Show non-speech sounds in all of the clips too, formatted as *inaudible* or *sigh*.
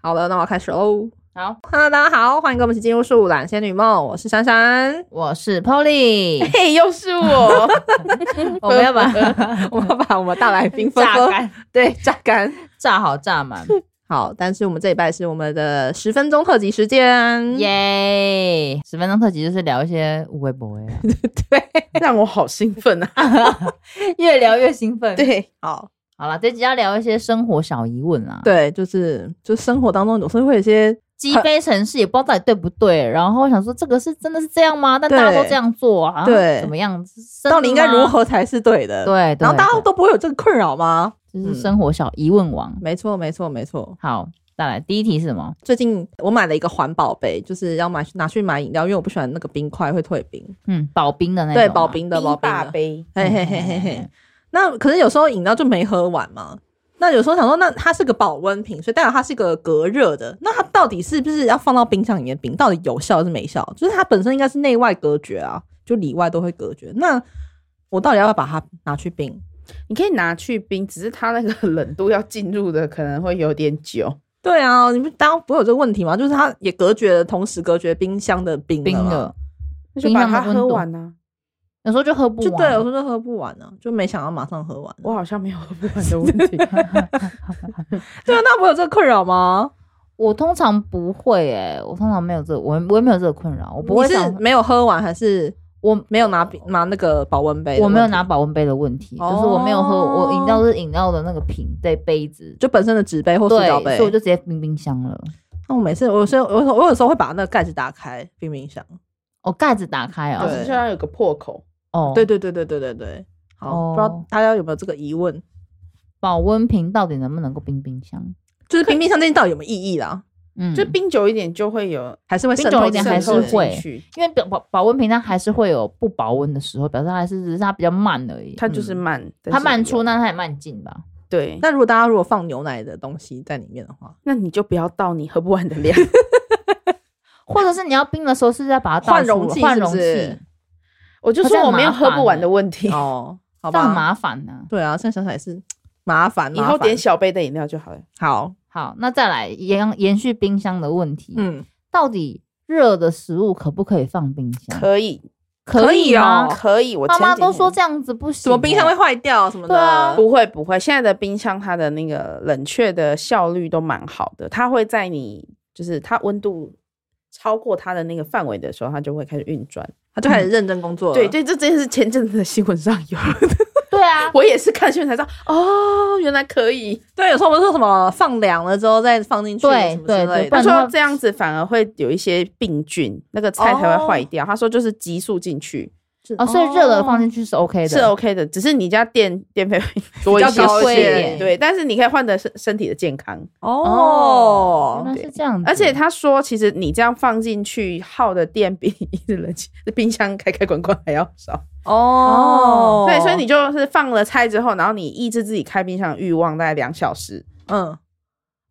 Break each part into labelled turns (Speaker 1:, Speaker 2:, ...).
Speaker 1: 好了，那我要开始喽。
Speaker 2: 好，
Speaker 1: Hello，大家好，欢迎跟我们一起进入《树懒仙女梦》，我是珊 *laughs* 珊。
Speaker 2: 我是
Speaker 1: *laughs*
Speaker 2: Polly，
Speaker 3: 嘿，又是我，
Speaker 2: 我们要把
Speaker 1: 我们要把我们大来宾分
Speaker 2: 榨
Speaker 1: 分
Speaker 2: 干、
Speaker 1: *laughs* 对榨干。
Speaker 2: 榨好、
Speaker 1: *laughs*
Speaker 2: 榨满，
Speaker 1: 好，但是我们这一拜是我们的十分钟特辑时间， *laughs*
Speaker 2: 耶！十分钟特辑就是聊一些无微博
Speaker 1: *laughs*
Speaker 2: 呀，
Speaker 3: 让我好兴奋啊！
Speaker 2: 越聊越兴奋。
Speaker 3: 对，
Speaker 1: 好，
Speaker 2: 好了，这集要聊一些生活小疑问啊，，
Speaker 1: 对，就是就生活当中总是会有一些
Speaker 2: 鸡飞城市也不知道到底对不对，然后想说这个是真的是这样吗？但
Speaker 1: 对
Speaker 2: 大家都这样做啊，
Speaker 1: 对
Speaker 2: 怎么样？真的吗
Speaker 1: 到底应该如？何才是啊对的。
Speaker 2: 对，，对
Speaker 1: 然后大家
Speaker 2: 对
Speaker 1: 都不会有这个困扰吗？
Speaker 2: 就是生活小疑问王。
Speaker 1: 没错，没错，没错。
Speaker 2: 好，再来第一题是什么？
Speaker 1: 最近我买了一个环保杯，就是要买拿去买饮料，因为我不喜欢那个冰块会退冰。
Speaker 2: 嗯，保冰的那种吗
Speaker 1: 对，保。冰的，保冰
Speaker 3: 大
Speaker 1: 的。
Speaker 3: 杯，
Speaker 1: 嘿嘿嘿嘿嘿。那可是有时候饮料就没喝完嘛。那有时候想说，那它是个保温瓶，所以代表它是一个隔热的。那它到底是不是要放到冰箱里面冰？到底有效还是没效？就是它本身应该是内外隔绝啊，就里外都会隔绝。那我到底要不要把它拿去冰？
Speaker 3: 你可以拿去冰，只是它那个冷度要进入的可能会有点久。
Speaker 1: 对啊，你不当然不会有这个问题吗？就是它也隔绝了，同时隔绝冰箱的冰
Speaker 2: 冰
Speaker 1: 了嘛
Speaker 2: 的，
Speaker 3: 那就
Speaker 2: 冰
Speaker 3: 把
Speaker 2: 箱的
Speaker 3: 它
Speaker 2: 温
Speaker 3: 喝
Speaker 2: 度
Speaker 3: 完啊！
Speaker 2: 有时候就喝不完。
Speaker 1: 就对，我说就喝不完呢、就没想到马上喝完。
Speaker 3: 我好像没有喝不完的问题，
Speaker 1: 对啊，那不会有这个困扰吗？
Speaker 2: 我通常不会诶、我通常没有这我我也没有这个困扰，我不会
Speaker 1: 你是
Speaker 2: 想
Speaker 1: 没有喝完还是
Speaker 2: 我
Speaker 1: 没有拿冰拿那个保温杯？
Speaker 2: 我没有拿，保温杯的问题，
Speaker 1: 哦
Speaker 2: 就是我没有喝我饮料是饮料的那个瓶对杯子，
Speaker 1: 就本身的纸杯哦或塑
Speaker 2: 对，
Speaker 1: 料
Speaker 2: 所
Speaker 1: 杯
Speaker 2: 以。我就直接冰冰箱了。
Speaker 1: 那我每次我有时候我有时候我有时候会把那个盖子打开冰冰箱。
Speaker 2: 哦，盖子打开
Speaker 3: 老
Speaker 2: 哦，
Speaker 3: 师就要有个破口。
Speaker 2: 哦，
Speaker 1: 对，对对对对对对。好，
Speaker 2: 哦
Speaker 1: 不知道大家有没有这个疑问？
Speaker 2: 保温瓶到底能不能够冰冰箱？
Speaker 1: 就是冰冰箱这件到底有没有意义啦？
Speaker 2: 嗯，
Speaker 3: 就冰久一点就会有
Speaker 1: 还是会渗
Speaker 2: 冰久
Speaker 1: 透
Speaker 2: 一点
Speaker 1: 进
Speaker 2: 还
Speaker 1: 去
Speaker 2: 是
Speaker 3: 渗透
Speaker 2: 会
Speaker 3: 进去，
Speaker 2: 因为保保保温瓶它还是会有不保温的时候，表示它还是只是它比较慢而已，
Speaker 3: 它就是
Speaker 2: 嗯
Speaker 3: 慢，但
Speaker 2: 它
Speaker 3: 是
Speaker 2: 慢出，
Speaker 3: 有
Speaker 2: 那它也慢进吧。
Speaker 3: 对，
Speaker 1: 那如果大家如果放牛奶的东西在里面的话，
Speaker 3: 那你就不要倒你喝不完的量，
Speaker 2: 或者是你要冰的时候，是要把它倒
Speaker 1: 换
Speaker 2: 出
Speaker 1: 容器
Speaker 2: 换
Speaker 1: 是不
Speaker 2: 容
Speaker 1: 是
Speaker 2: 器，
Speaker 3: 我就
Speaker 2: 可是
Speaker 3: 说我没有
Speaker 2: 很麻烦
Speaker 3: 喝不完的问
Speaker 2: 嗯
Speaker 3: 题。
Speaker 1: 哦，好
Speaker 2: 这很
Speaker 1: 吧，
Speaker 2: 麻烦呢、
Speaker 1: 对啊，现在想想也是麻烦，
Speaker 3: 以
Speaker 1: 麻
Speaker 3: 后
Speaker 1: 烦
Speaker 3: 点小杯的饮料就好了。
Speaker 1: 好，
Speaker 2: 好，那再来延延续冰箱的问题，
Speaker 1: 嗯，
Speaker 2: 到底热的食物可不可以放冰箱？
Speaker 3: 可以，
Speaker 1: 可以
Speaker 2: 吗
Speaker 1: 哦？
Speaker 3: 可以，我
Speaker 2: 妈妈
Speaker 3: 前几
Speaker 2: 都说
Speaker 3: 天
Speaker 2: 这样子不行、欸
Speaker 1: 什么冰箱会？坏掉什么的，
Speaker 2: 对啊
Speaker 3: 不会不会，现在的冰箱它的那个冷却的效率都蛮好的，它会在你就是它温度超过它的那个范围的时候，它就会开始运转。
Speaker 1: 他就开始认真工作了。
Speaker 3: 对对，这这件事前阵子的新闻上有，
Speaker 1: *laughs*
Speaker 2: 对啊，
Speaker 3: 我也是看新闻才知道哦，原来可以。
Speaker 1: 对，有时候不是说什么放凉了之后再放进去，
Speaker 2: 对
Speaker 1: 什么之
Speaker 2: 对对
Speaker 1: 类的
Speaker 2: 不
Speaker 3: 他
Speaker 2: 然。的话
Speaker 3: 说这样子反而会有一些病菌，那个菜才会坏掉。他说就是激素进去
Speaker 2: 哦，所以热的放进去
Speaker 1: 哦
Speaker 2: 是 OK 的，
Speaker 3: 是 OK 的，只是你家电电费会
Speaker 1: 比
Speaker 3: 多一
Speaker 1: 较
Speaker 3: 些
Speaker 1: 高
Speaker 2: 贵
Speaker 1: 一
Speaker 2: 一
Speaker 1: 点，
Speaker 2: 点
Speaker 3: *laughs* 对，但是你可以换得身身体的健康。
Speaker 2: 哦，
Speaker 1: 哦。
Speaker 2: 原来是这样子，
Speaker 3: 而且他说，其实你这样放进去耗的电比 *laughs* 你的冷气、冰箱开开关关还要少。
Speaker 1: 哦，
Speaker 3: 对，所以你就是放了菜之后，然后你抑制自己开冰箱的欲望大概两小时，
Speaker 1: 嗯，哦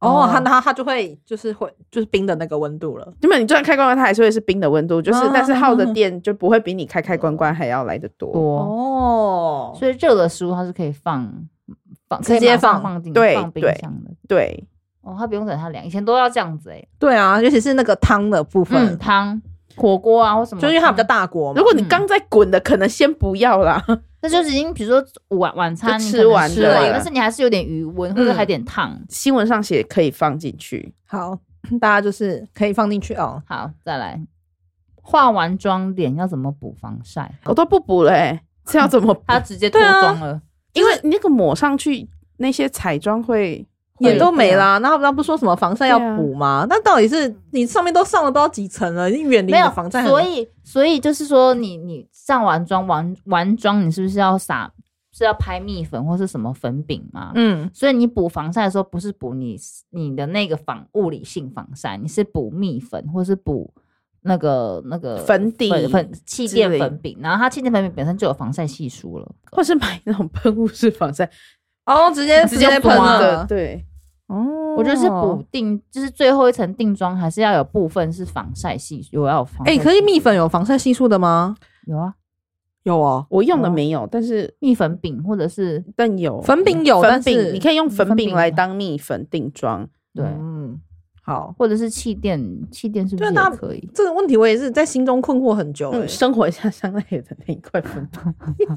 Speaker 2: 哦，
Speaker 1: 它它它就会就是会就是冰的那个温度了。
Speaker 3: 那么你就算开关关，它还是会是冰的温
Speaker 1: *laughs*
Speaker 3: 度，就是、
Speaker 1: 嗯
Speaker 3: 但是耗的电就不会比你开开关关还要来的多。
Speaker 2: 多，
Speaker 1: 哦
Speaker 2: 所以热的食物它是可以放放
Speaker 1: 直接
Speaker 2: 放
Speaker 1: 放
Speaker 2: 放进
Speaker 3: 对
Speaker 2: 放冰
Speaker 3: 对
Speaker 2: 箱的。
Speaker 3: 对，
Speaker 2: 哦，它不用等它凉，以前都要这样子哎、欸。
Speaker 1: 对啊，尤其是那个汤的部
Speaker 2: 嗯，
Speaker 1: 分，
Speaker 2: 汤、火锅啊或什么，
Speaker 1: 就因为它比较，大锅嘛
Speaker 3: 如。果你刚在滚的，可能先不要啦。 *laughs*
Speaker 2: 那就是已经比如说晚晚餐
Speaker 3: 就
Speaker 2: 你
Speaker 3: 吃
Speaker 2: 可能
Speaker 3: 完
Speaker 2: 吃
Speaker 1: 的
Speaker 2: 了，
Speaker 1: 了
Speaker 2: 但是你还是有点余温，
Speaker 1: 嗯
Speaker 2: 或者还有点烫。
Speaker 3: 新闻上写可以放进去，
Speaker 1: 好，大家就是可以放进去哦。
Speaker 2: 好，再来，化完妆脸要怎么补防晒？啊
Speaker 3: 我都不补了、欸，这要怎么补？
Speaker 2: 它直接脱妆了，
Speaker 3: 因为你那个抹上去，那些彩妆会
Speaker 2: 会
Speaker 1: 也都没啦，那他们不是说什么防晒要
Speaker 2: 啊
Speaker 1: 补吗？那到底是你上面都上了不知道几层了，你远离你
Speaker 2: 没
Speaker 1: 的
Speaker 2: 有
Speaker 1: 防晒很，
Speaker 2: 所以所以就是说你，你上完妆完完妆，你是不是要撒是要拍蜜粉或是什么粉饼吗？
Speaker 1: 嗯，
Speaker 2: 所以你补防晒的时候，不是补你你的那个防物理性防晒，你是补蜜粉或是补那个那个
Speaker 3: 粉底
Speaker 2: 粉粉气
Speaker 3: 之
Speaker 2: 垫
Speaker 3: 类
Speaker 2: 粉饼，然后它气垫粉饼本身就有防晒系数了。
Speaker 3: 或是买那种喷雾式防晒，
Speaker 1: 哦，直接
Speaker 3: 直
Speaker 1: 接
Speaker 3: 接
Speaker 1: 喷
Speaker 2: 刮
Speaker 3: 的，
Speaker 1: 了，
Speaker 3: 对，
Speaker 1: 哦
Speaker 2: 我觉得是补定，就是最后一层定妆还是要有部分是防晒系，有要有防晒
Speaker 1: 哎、
Speaker 2: 系。
Speaker 1: 可是蜜粉有防晒系数的吗？
Speaker 2: 有啊，
Speaker 1: 有哦，
Speaker 3: 我用的没有，但是
Speaker 2: 蜜粉饼或者是
Speaker 1: 嗯
Speaker 3: 但有嗯
Speaker 1: 粉饼有，
Speaker 3: 粉
Speaker 1: 但
Speaker 3: 饼，
Speaker 1: 是嗯
Speaker 3: 你可以用粉
Speaker 2: 粉饼
Speaker 3: 饼来
Speaker 2: 吗
Speaker 3: 当蜜粉定妆，
Speaker 2: 对，
Speaker 1: 嗯，好，
Speaker 2: 或者是气垫，气垫是不
Speaker 1: 对啊
Speaker 2: 是
Speaker 1: 那
Speaker 2: 也可以？
Speaker 1: 这个问题我也是在心中困惑很久、欸。
Speaker 3: 嗯，生活一下香奈儿的那一块粉饼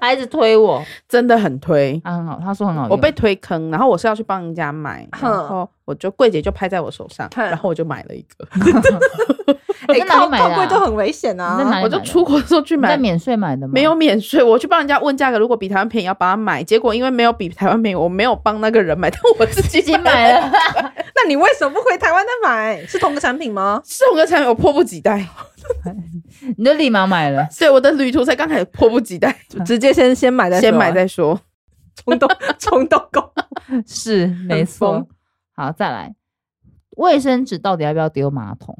Speaker 2: 他一直推我，
Speaker 3: 真的很推。
Speaker 2: 他很好，他说很好用，
Speaker 3: 我被推坑，然后我是要去帮人家买，然
Speaker 1: 哦哼
Speaker 3: 后我就柜姐就拍在我手上，
Speaker 1: 哼
Speaker 3: 然后我就买了一个，
Speaker 1: 哎、
Speaker 2: 在哪
Speaker 1: 靠
Speaker 2: 里买的
Speaker 1: 靠
Speaker 2: 啊
Speaker 1: 柜就很危险
Speaker 2: 你在哪
Speaker 1: 啊！
Speaker 2: 里
Speaker 3: 我就
Speaker 2: 买的
Speaker 3: 出国的时候去
Speaker 2: 你在
Speaker 3: 买，
Speaker 2: 免税买的吗？
Speaker 3: 没有，免税，我去帮人家问价格，如果比台湾便宜要帮他买，结果因为没有比台湾便宜，我没有帮那个人买，但 *laughs* 我自己
Speaker 2: 自己买了。
Speaker 1: 那你为什么不回台湾再买？是同个产品 *laughs* 吗？
Speaker 3: 是同个产品，我迫不及待。
Speaker 2: 你就立马
Speaker 1: *laughs*
Speaker 2: 买了，
Speaker 3: 对，我的旅途才刚开始，迫不及待，
Speaker 1: 就直接先嗯先买再说啊
Speaker 3: 先买再说。
Speaker 1: 冲动 *laughs* 冲动购物。
Speaker 2: 是没错
Speaker 1: 疯。
Speaker 2: 好，再来，卫生纸到底要不要丢马桶？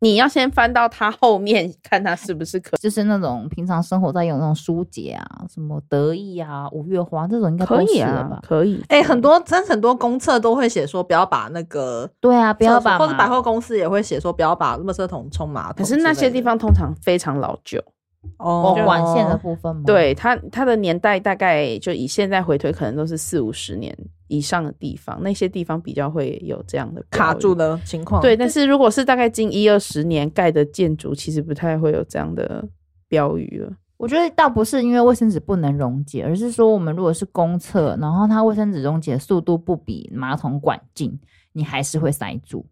Speaker 3: 你要先翻到它后面，看它是不是可
Speaker 2: 就是那种平常生活在用那种舒洁啊，什么得意啊、五月花这种，应该都是了吧？
Speaker 3: 可以。
Speaker 1: *laughs* 哎、很多真的很多公厕都会写说不要把那个
Speaker 2: 对啊，不要把
Speaker 1: 或者
Speaker 2: 马
Speaker 1: 百货公司也会写说不要把垃圾桶冲马桶
Speaker 3: 可
Speaker 1: 之类
Speaker 3: 是
Speaker 1: 的。
Speaker 3: 那些地方通常非常老旧，
Speaker 1: 哦
Speaker 2: 哦管线的部分吗？，
Speaker 3: 对它它的年代大概就以现在回推，可能都是四五十年以上的地方，那些地方比较会有这样的
Speaker 1: 卡
Speaker 3: 标语
Speaker 1: 住。的情况，
Speaker 3: 对，但是如果是大概近一二十年盖的建筑，其实不太会有这样的标语了。
Speaker 2: 我觉得倒不是因为卫生纸不能溶解，而是说我们如果是公厕，然后它卫生纸溶解速度不比马桶管近，你还是会塞住。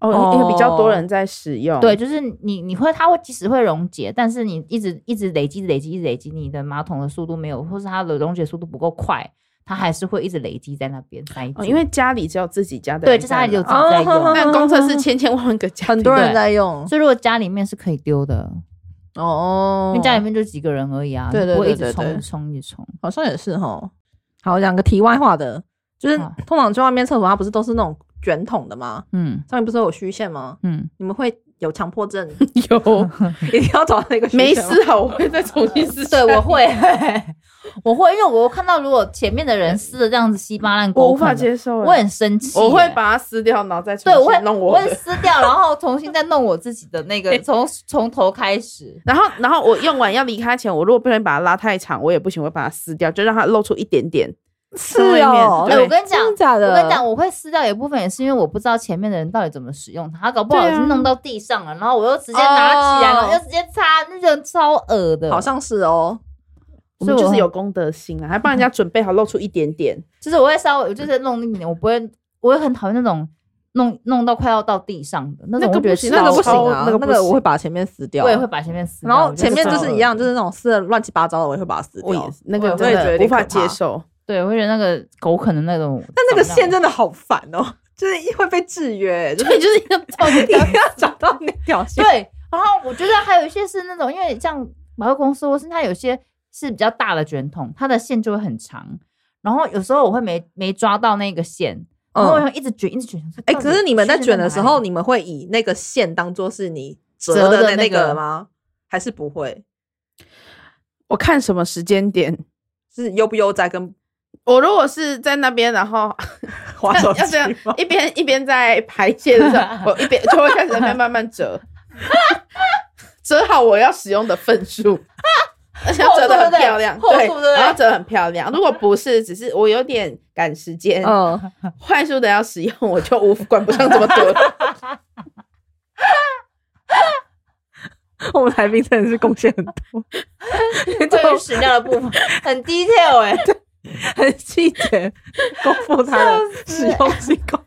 Speaker 3: 哦，
Speaker 1: 哦
Speaker 3: 因为比较多人在使用。
Speaker 2: 哦对，，就是你你会它会即使会溶解，但是你一直一直累积一直累积一直累积，你的马桶的速度没有，或是它的溶解速度不够快，它还是会一直累积在那边塞住。
Speaker 3: 哦，因为家里只有自己家的
Speaker 2: 对，
Speaker 3: 人
Speaker 2: 就是
Speaker 3: 在
Speaker 2: 它
Speaker 3: 拿，
Speaker 2: 有自己在用，
Speaker 1: 哦
Speaker 3: 但公厕是千千万万个家庭，
Speaker 1: 很多人在用
Speaker 2: 所以如果家里面是可以丢的，
Speaker 1: 哦
Speaker 2: 因为家里面就几个人而已啊，
Speaker 1: 对对
Speaker 2: 你不会
Speaker 1: 对
Speaker 2: 一直
Speaker 1: 对
Speaker 2: 冲
Speaker 1: 对
Speaker 2: 一直冲一直冲。
Speaker 1: 好像也是哈。好，讲个题外话的，就是
Speaker 2: 好
Speaker 1: 通常去外面厕所，它不是都是那种卷筒的吗？
Speaker 2: 嗯
Speaker 1: 上面不是有虚线吗？
Speaker 2: 嗯，。
Speaker 1: 你们会有强迫症， *laughs*
Speaker 3: 有
Speaker 1: 一定要找那个虚线吗
Speaker 3: *laughs* 没撕好，我会再重新撕
Speaker 2: 对，我会，我会，因为我看到如果前面的人撕的这样子稀巴烂，
Speaker 3: 我无法，接受，欸
Speaker 2: 我很生气耶，
Speaker 3: 我会把它撕掉，然后再重
Speaker 2: 对，我会
Speaker 3: 新弄
Speaker 2: 我
Speaker 3: 我
Speaker 2: 会
Speaker 3: 的。
Speaker 2: 撕掉，然后重新再弄我自己的那个，从从头开始。
Speaker 3: 然后，然后我用完要离开前，我如果不能把它拉太长，我也不行，我会把它撕掉，就让它露出一点点。
Speaker 1: 是
Speaker 3: 外面
Speaker 1: 哦。
Speaker 3: 对
Speaker 2: 哎我跟你讲
Speaker 1: 真的假
Speaker 2: 我
Speaker 1: 的？
Speaker 2: 跟你讲，，我会撕掉一部分也是因为我不知道前面的人到底怎么使用它，他搞不好
Speaker 3: 对啊
Speaker 2: 是弄到地上了，然后我又直接拿起来，
Speaker 1: 哦
Speaker 2: 然后又直接擦，那种超恶的。
Speaker 1: 好像是哦。
Speaker 3: 我
Speaker 2: 所以
Speaker 3: 们
Speaker 2: 我
Speaker 3: 就是
Speaker 2: 很
Speaker 3: 有公德心啊，还帮人家准备好露出一点点。 *laughs*
Speaker 2: 就是我会稍微，我就是弄一点，我不会，我会很讨厌那种弄弄到快要到地上的那
Speaker 3: 那
Speaker 2: 种，
Speaker 3: 个
Speaker 2: 我觉得
Speaker 3: 不行
Speaker 2: 超
Speaker 1: 那个不行
Speaker 3: 超
Speaker 1: 啊，
Speaker 3: 那
Speaker 1: 那个
Speaker 3: 个不
Speaker 1: 我会把前面撕掉。
Speaker 2: 我也会把前面撕掉。
Speaker 1: 然
Speaker 2: 我
Speaker 1: 后
Speaker 2: 觉得
Speaker 1: 前面就
Speaker 2: 超
Speaker 1: 是
Speaker 2: 恶
Speaker 1: 一样，就是那种撕的乱七八糟的，我也会把它撕
Speaker 3: 我也
Speaker 1: 掉。
Speaker 3: 那
Speaker 1: 我
Speaker 3: 个
Speaker 1: 也
Speaker 3: 真
Speaker 1: 会觉得有
Speaker 3: 的无
Speaker 1: 点
Speaker 3: 法
Speaker 1: 可怕
Speaker 3: 接受。
Speaker 2: 对，我会觉得那个狗啃的那种。
Speaker 1: 但那个线
Speaker 2: *laughs* 在
Speaker 1: 真的好烦哦，就是会被制约，就是 *laughs*
Speaker 3: 对，就是要照
Speaker 1: 一定要找到那条线。
Speaker 2: 对，然后我觉得还有一些是那种，因为像百货公司或是它有些是比较大的卷筒，它的线就会很长。然后有时候我会没没抓到那个线，然后我
Speaker 1: 嗯，
Speaker 2: 会一直卷，一直卷。想说
Speaker 1: 哎，
Speaker 2: 到底
Speaker 1: 可是你们在
Speaker 2: 线
Speaker 1: 卷的时
Speaker 2: 哪
Speaker 1: 候，
Speaker 2: 里，
Speaker 1: 你们会以那个线当做是你
Speaker 2: 折
Speaker 1: 折
Speaker 2: 的
Speaker 1: 的
Speaker 2: 那
Speaker 1: 那
Speaker 2: 个
Speaker 1: 个吗？还是不会？
Speaker 3: 我看什么时间点。
Speaker 1: 是悠不悠哉跟
Speaker 3: 我如果是在那边，然后
Speaker 1: 滑 *laughs* 手机
Speaker 3: 要这样
Speaker 1: 吗？
Speaker 3: 一边一边在排泄的时
Speaker 2: *laughs*
Speaker 3: 候，我一边就会开始在那边慢慢折，折好我要使用的份数，而且要折的很漂亮，
Speaker 2: 厚度对不对厚度对不对
Speaker 3: 然后折得很漂亮。如果不是，只是我有点赶时间，
Speaker 1: 嗯，
Speaker 3: 快速的要使用，我就无管不上这么多。
Speaker 1: *laughs*
Speaker 2: *laughs*
Speaker 1: 我们来宾真的是贡献很 *laughs* 多，啊
Speaker 2: 对于屎尿的部分很 detail
Speaker 1: *laughs*
Speaker 2: 哎、
Speaker 1: 很细节，丰富他的使用机构。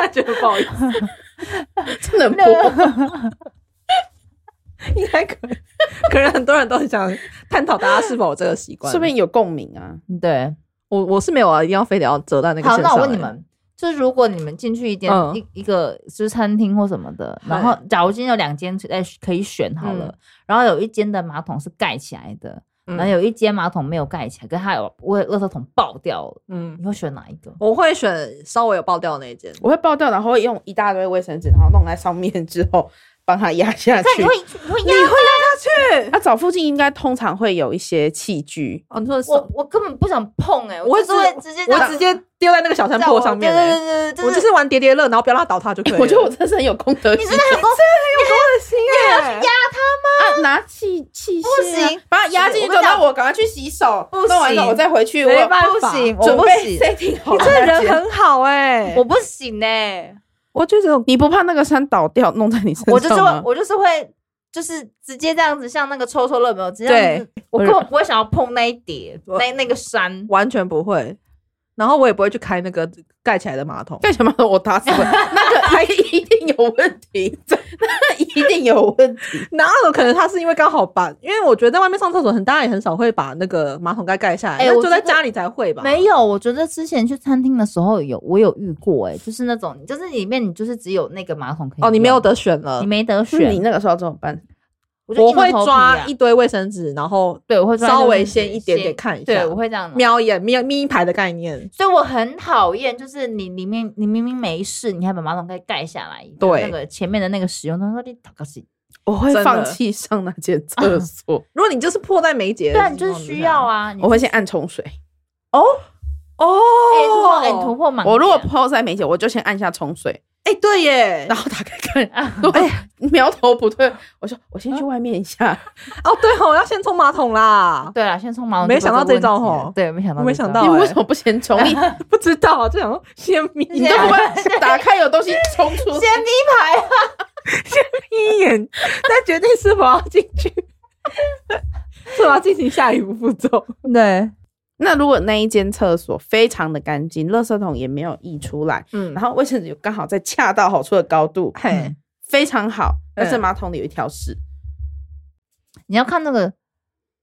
Speaker 1: 他觉得不好意思，
Speaker 3: 真的不
Speaker 2: 啊
Speaker 1: 应该可能，可能很多人都很想探讨大家 *laughs* 是否有这个习惯。
Speaker 3: 说不定有共鸣啊。
Speaker 2: 对，
Speaker 1: 我我是没有啊，一定要非得要折到那个
Speaker 2: 好，
Speaker 1: 线上。
Speaker 2: 那我问你，们，就是如果你们进去一间、
Speaker 1: 嗯
Speaker 2: 一一个就是餐厅或什么的，然后假如今天有两间哎可以选好了，然后有一间的马桶是盖起来的，
Speaker 1: 嗯
Speaker 2: 然后有一间马桶没有盖起来，跟它有为垃圾桶爆掉了，
Speaker 1: 嗯，
Speaker 2: 你会选哪一个？
Speaker 1: 我会选稍微有爆掉的那一件。
Speaker 3: 我会爆掉，然后会用一大堆卫生纸，然后弄在上面之后帮它压下
Speaker 2: 那
Speaker 3: 去
Speaker 2: 你。会你会压？
Speaker 3: 它找附近应该通常会有一些器具，
Speaker 1: 哦，你说
Speaker 2: 我我根本不想碰哎、
Speaker 1: 我
Speaker 2: 我
Speaker 1: 会
Speaker 2: 就是会直接这
Speaker 1: 我
Speaker 2: 样
Speaker 1: 直接丢在那个小山坡上面
Speaker 2: 对
Speaker 1: 欸
Speaker 2: 对对对，
Speaker 1: 我就是玩叠叠乐，然后不要让它倒塌就可以了。
Speaker 3: 我觉得我真的是很有功德
Speaker 2: 你
Speaker 3: 心
Speaker 2: 真。的很公，
Speaker 1: 我的心
Speaker 2: 月还要去压
Speaker 3: 啊，拿气气不
Speaker 2: 行
Speaker 3: 啊把它压进去之
Speaker 2: 我跟
Speaker 3: 后，
Speaker 2: 你
Speaker 3: 那
Speaker 2: 讲
Speaker 3: 我赶快去洗手，
Speaker 2: 不
Speaker 3: 弄完之后
Speaker 2: 行
Speaker 3: 我再回去，我
Speaker 2: 没办法，
Speaker 1: 法
Speaker 2: 不行，我
Speaker 3: 准
Speaker 2: 不
Speaker 3: 备
Speaker 2: 行，
Speaker 3: setting 好
Speaker 1: 你
Speaker 3: 了。
Speaker 1: 这
Speaker 3: 再
Speaker 1: 人
Speaker 3: 见
Speaker 1: 很好哎、
Speaker 2: 我不行呢、欸
Speaker 1: 我就觉得
Speaker 3: 你不怕那个山倒掉弄在你身上吗？
Speaker 2: 我就是会我就是会就是直接这样子，像那个抽抽乐没有？直接这样子，我根本不会想要碰那一叠
Speaker 1: 我
Speaker 2: 那那个山。
Speaker 1: 完全不会，然后我也不会去开那个盖起来的马桶。
Speaker 3: 干什么？我打死了，那个一一定有问题，这那一定有
Speaker 2: *laughs*
Speaker 3: 问题。
Speaker 1: 哪有可能他是因为刚好把，因为我觉得在外面上厕所很，大家也很少会把那个马桶盖盖下来，
Speaker 2: 哎
Speaker 1: 那
Speaker 2: 我
Speaker 1: 就在
Speaker 2: 觉得
Speaker 1: 家里才会吧。
Speaker 2: *laughs* 没有，我觉得之前去餐厅的时候有我有遇过、哎，就是那种就是里面你就是只有那个马桶可以
Speaker 1: 哦，你没有
Speaker 2: 用，
Speaker 1: 得选了
Speaker 2: 你。没得
Speaker 3: 是你
Speaker 2: 选，
Speaker 3: 那个时候怎么办？
Speaker 2: 我就
Speaker 1: 我
Speaker 2: 硬着
Speaker 1: 会
Speaker 2: 头皮
Speaker 1: 抓
Speaker 2: 啊
Speaker 1: 一堆卫生纸，然后
Speaker 2: 对，我会抓
Speaker 1: 稍
Speaker 2: 那个
Speaker 1: 微先一点点
Speaker 2: 先
Speaker 1: 看一下
Speaker 2: 对，我会这样。
Speaker 1: 瞄一眼，眯眯一排的概念。
Speaker 2: 所以我很讨厌，就是你里面你明明没事，你还把马桶盖盖下来，
Speaker 1: 对
Speaker 2: 那个前面的那个使用，他说你打个死
Speaker 3: 我会
Speaker 1: 真的
Speaker 3: 放弃上那间厕所，
Speaker 1: 如果你就是迫在眉睫，
Speaker 2: 对啊，你就是需要。啊，你
Speaker 3: 我会先按
Speaker 2: *laughs*
Speaker 3: 冲水。
Speaker 1: 哦，
Speaker 2: 哎、突破哎、你突破盲点，
Speaker 3: 我如果抛在没解，我就先按下冲水，
Speaker 1: 哎，对耶
Speaker 3: 然，后打开
Speaker 2: *laughs*
Speaker 3: 看。如果苗头不对，我说我
Speaker 2: 啊
Speaker 3: 先去外面一下。
Speaker 1: 哦对吼，要先冲马桶啦。
Speaker 2: 对了，先冲马桶，
Speaker 1: 没想到这招
Speaker 2: 哦
Speaker 1: 哦，
Speaker 2: 对，没想到这招，
Speaker 1: 我没想到
Speaker 3: 你
Speaker 1: 对
Speaker 3: 为什么不先
Speaker 2: *laughs*
Speaker 3: 冲？你
Speaker 1: *laughs* 不知道啊，就想说先眯
Speaker 3: 你都不会 *laughs* 打开有东西冲出
Speaker 2: 先第
Speaker 3: *laughs*
Speaker 2: 一排啊，
Speaker 1: 一眼， *laughs* 再决定是否要进去， *laughs* 是否要进行下一步步骤。
Speaker 2: 对，
Speaker 3: 那如果那一间厕所非常的干净，垃圾桶也没有溢出来，
Speaker 1: 嗯
Speaker 3: 然后卫生纸又刚好在恰到好处的高度，嗯
Speaker 1: 嘿，
Speaker 3: 非常好。
Speaker 1: 嗯
Speaker 3: 但是马桶里有一条屎，
Speaker 2: 你要看那个，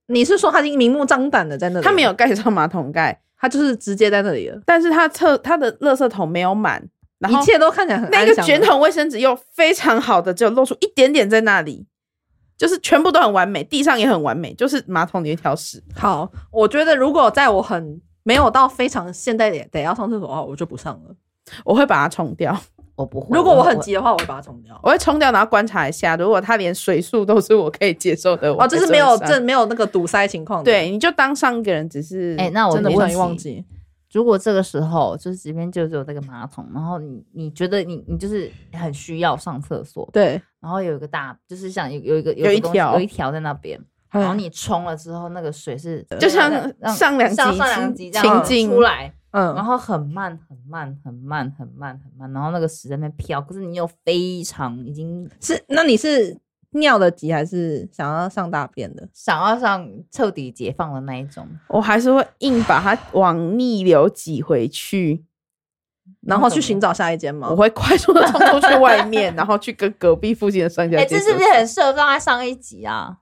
Speaker 1: 你是说他已经明目张胆的在那里？
Speaker 3: 它没，有盖上马桶盖，
Speaker 1: 他就是直接在那里了，
Speaker 3: 但是它厕它的垃圾桶没有满，然后
Speaker 1: 一切都看起来很
Speaker 3: 那
Speaker 1: 安
Speaker 3: 个
Speaker 1: 详
Speaker 3: 卷筒卫生纸又非常好的，只有露出一点点在那里，就是全部都很完美，地上也很完美，就是马桶里有一条屎。
Speaker 1: 好，我觉得如果在我很没有到非常现在得得要上厕所的话，我就不上了。
Speaker 3: 我会把它冲掉，
Speaker 2: 我不会，
Speaker 1: 如果我很
Speaker 2: 会，
Speaker 1: 急的话，我会把它冲掉。
Speaker 3: 我会冲掉，然后观察一下，如果它连水速都是我可以接受的，
Speaker 1: 哦，
Speaker 3: 我
Speaker 1: 就
Speaker 3: 就是
Speaker 1: 没有正没有那个堵塞情况的。
Speaker 3: 对，你就当上一个人，只是
Speaker 2: 哎那我
Speaker 1: 真的
Speaker 2: 没
Speaker 1: 不
Speaker 2: 问
Speaker 1: 小心忘
Speaker 2: 题
Speaker 1: 记。
Speaker 2: 如果这个时候就是这边就只有那个马桶，然后你你觉得你你就是很需要上厕所，
Speaker 1: 对，
Speaker 2: 然后有一个大就是像有有一个
Speaker 3: 有
Speaker 2: 一
Speaker 3: 一
Speaker 2: 个东西
Speaker 3: 条
Speaker 2: 有一条在那边，
Speaker 1: 嗯
Speaker 2: 然后你冲了之后，那个水是呃
Speaker 3: 就像
Speaker 2: 让
Speaker 3: 上两集
Speaker 2: 像上两集这
Speaker 3: 情
Speaker 2: 样
Speaker 3: 境
Speaker 2: 出来，然
Speaker 1: 嗯，
Speaker 2: 后很慢很慢很慢很慢很慢，然后那个屎在那边飘，可是你又非常已经
Speaker 1: 是那你是尿的急还是想要上大便的？
Speaker 2: 想要上彻底解放的那一种，
Speaker 3: 我还是会硬把它往逆流挤回去，
Speaker 1: 然后去寻找下一间吗？
Speaker 3: 我会快速的冲出去外面，然后去跟隔壁附近的商家
Speaker 2: 哎、
Speaker 3: 借
Speaker 2: 这
Speaker 3: 厕所。
Speaker 2: 是不是很适合放在上一集啊？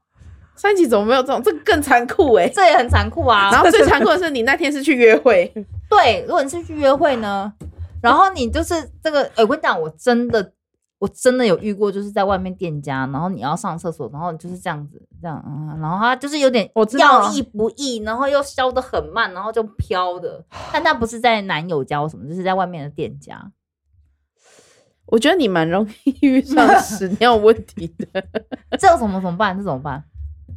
Speaker 3: 三级怎么没有这种？这个更残酷
Speaker 2: *laughs*
Speaker 3: 哎、
Speaker 2: 这也很残酷啊。
Speaker 3: 然后最残酷的是，你那天是去约会，
Speaker 2: 对，如果你是去约会呢，然后你就是这个，哎我跟你讲，我真的，我真的有遇过，就是在外面店家，然后你要上厕所，然后你就是这样子，这样，嗯，然后他就是有点
Speaker 1: 我知道
Speaker 2: 要意不意，然后又消的很慢，然后就飘的，但他不是在男友家或什么，就是在外面的店家。
Speaker 3: 我觉得你蛮容易遇上屎尿问题的。
Speaker 2: 这种怎么怎么办？这怎么办？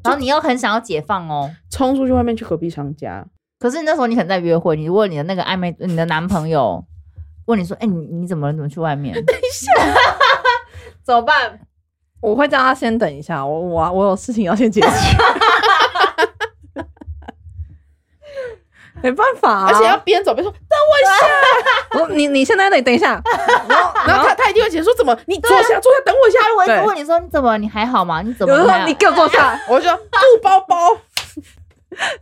Speaker 2: 然后你又很想要解放哦，
Speaker 3: 冲出去外面去隔壁商家，
Speaker 2: 可是那时候你可能在约会，你问你的那个暧昧，你的男朋友 *laughs* 问你说：“哎、你你怎么了？你怎么去
Speaker 1: *laughs*
Speaker 2: 外面？”等一下， *laughs* 怎么办？
Speaker 1: 我会叫他先等一下，我啊我我有事情要先解决。没办法、啊，
Speaker 3: 而且要边走边说，
Speaker 1: 我说你你现在在那里等一下，然后
Speaker 3: 然后他他一定会解释说怎么你坐下坐下等我一下，
Speaker 2: 他如果一
Speaker 3: 对
Speaker 2: 直问你说：“你怎么了？你还好吗？你怎么
Speaker 1: 有
Speaker 2: 了？”
Speaker 1: 的时候你给我坐下，
Speaker 3: 我就说不包包，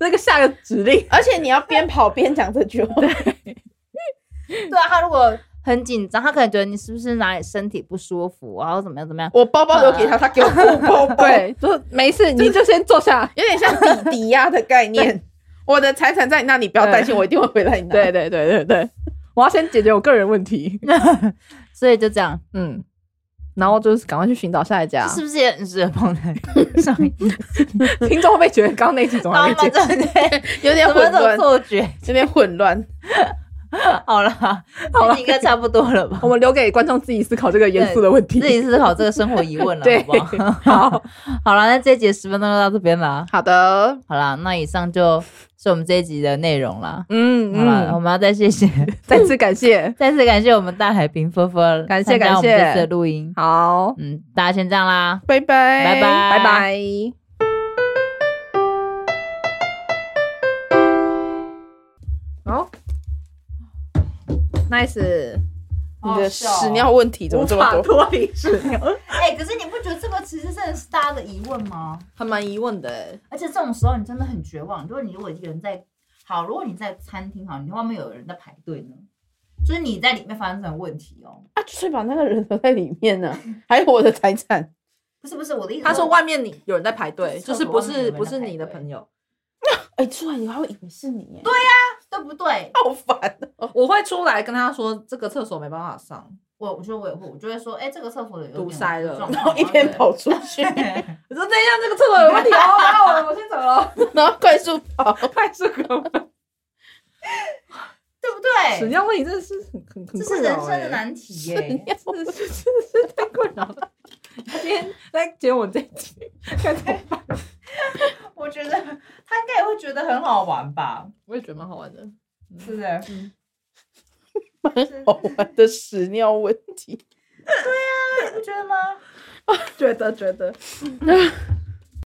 Speaker 1: 那个下个指令，
Speaker 3: 而且你要边跑边讲这句话。
Speaker 2: 对啊，他如果很紧张，他可能觉得你是不是哪里身体不舒服，然后怎么样怎么样。
Speaker 3: 我包包留给他，他给我不包包，
Speaker 1: 对，就是没事，你就先坐下。
Speaker 3: 有点像抵抵押的概念。 *laughs* 我的财产在你那里，不要担心，我一定会回来拿。
Speaker 1: 对，对对对对，我要先解决我个人问题。
Speaker 2: 所以就这样，
Speaker 1: 嗯，然后就是赶快去寻找下一家。
Speaker 2: 是不 *laughs* 是也很适合放在上一集？
Speaker 1: 听众会不会觉得刚刚那一集怎么 *laughs*
Speaker 2: 他
Speaker 1: 还
Speaker 2: 们
Speaker 1: 没解
Speaker 2: 这
Speaker 1: 决？
Speaker 2: 对，
Speaker 3: 有点
Speaker 2: 怎么
Speaker 3: 混
Speaker 2: 这种
Speaker 3: 乱，
Speaker 2: 错觉？
Speaker 3: 有点混乱。
Speaker 2: 好了，好
Speaker 1: *laughs* 好
Speaker 2: 了，
Speaker 1: 啦
Speaker 2: 应该差不多了吧
Speaker 1: *laughs* 我？们留给观众自己思考这个严肃的问题
Speaker 2: 自。己思考这个生活疑问了，
Speaker 1: 对
Speaker 2: 好 *laughs* 不好？好，好了，那这一集十分钟就到这边了。
Speaker 1: 好的，
Speaker 2: 好啦，那以上就是我们这一集的内容啦。
Speaker 1: 嗯
Speaker 2: 好了，我
Speaker 1: 嗯，
Speaker 2: 们要再
Speaker 1: *laughs*
Speaker 2: 谢谢，
Speaker 1: 再次感谢，
Speaker 2: 再次感谢我们大海平夫妇，
Speaker 1: 感谢
Speaker 2: 参加我们
Speaker 1: 感谢
Speaker 2: 这次的录音。
Speaker 1: 好，
Speaker 2: 嗯，大家先这样啦，
Speaker 3: 拜拜，
Speaker 2: 拜拜。
Speaker 1: 拜拜。好，nice，
Speaker 3: 你的屎尿问题怎么这么多？
Speaker 1: 脱离屎 *laughs* 尿，
Speaker 2: 哦哎、可是你不觉得这个其实真的是大家的疑问吗？
Speaker 1: 还蛮疑问的欸。
Speaker 2: 而且这种时候你真的很绝望。如果你如果一个人在，好，如果你在餐厅好，你外面有人在排队呢，就是你在里面发生这种问题哦。
Speaker 3: 啊，就是把那个人留在里面呢、 *laughs* 还有我的财产，
Speaker 2: 不是不是我的意思，
Speaker 1: 他说外面你有人在排队，就
Speaker 2: 就
Speaker 1: 是啊是
Speaker 2: 厕所
Speaker 1: 不
Speaker 2: 外面有
Speaker 1: 是
Speaker 2: 人在
Speaker 1: 不是
Speaker 2: 排
Speaker 1: 你的
Speaker 2: 队
Speaker 1: 朋友，
Speaker 3: 哎、出来以后他会以为是你耶，对，啊
Speaker 2: 对不对？
Speaker 3: 好烦哦、
Speaker 1: 我会出来跟他说这个厕所没办法上，
Speaker 2: 我我觉得我也会，我就会说，哎、这个厕所有
Speaker 1: 堵塞了
Speaker 3: 然 *laughs* 后一边。跑
Speaker 1: 哦
Speaker 3: 出去，
Speaker 1: 我说这样这个厕所有问 *laughs* 题哦，那我我先走了，
Speaker 3: 然后快速跑。
Speaker 1: 快速狗。
Speaker 2: 对不对？
Speaker 1: 屎尿问题真的 *laughs* 是很很很
Speaker 2: 这
Speaker 1: 困
Speaker 2: 是
Speaker 1: 扰
Speaker 2: 人生的
Speaker 1: 欸 *laughs*
Speaker 2: 难题耶、
Speaker 1: 真 *laughs* 的是真的是太困扰了。他今天来剪我这一集，该怎么办？
Speaker 2: 我觉得 *laughs* 他应该也会觉得很好玩吧，
Speaker 1: 我也觉得蛮好玩的。
Speaker 2: 是
Speaker 1: *laughs*
Speaker 2: 不是？
Speaker 1: 嗯
Speaker 3: 好玩的屎尿问题，
Speaker 2: 你不觉得吗？
Speaker 1: 觉得觉得，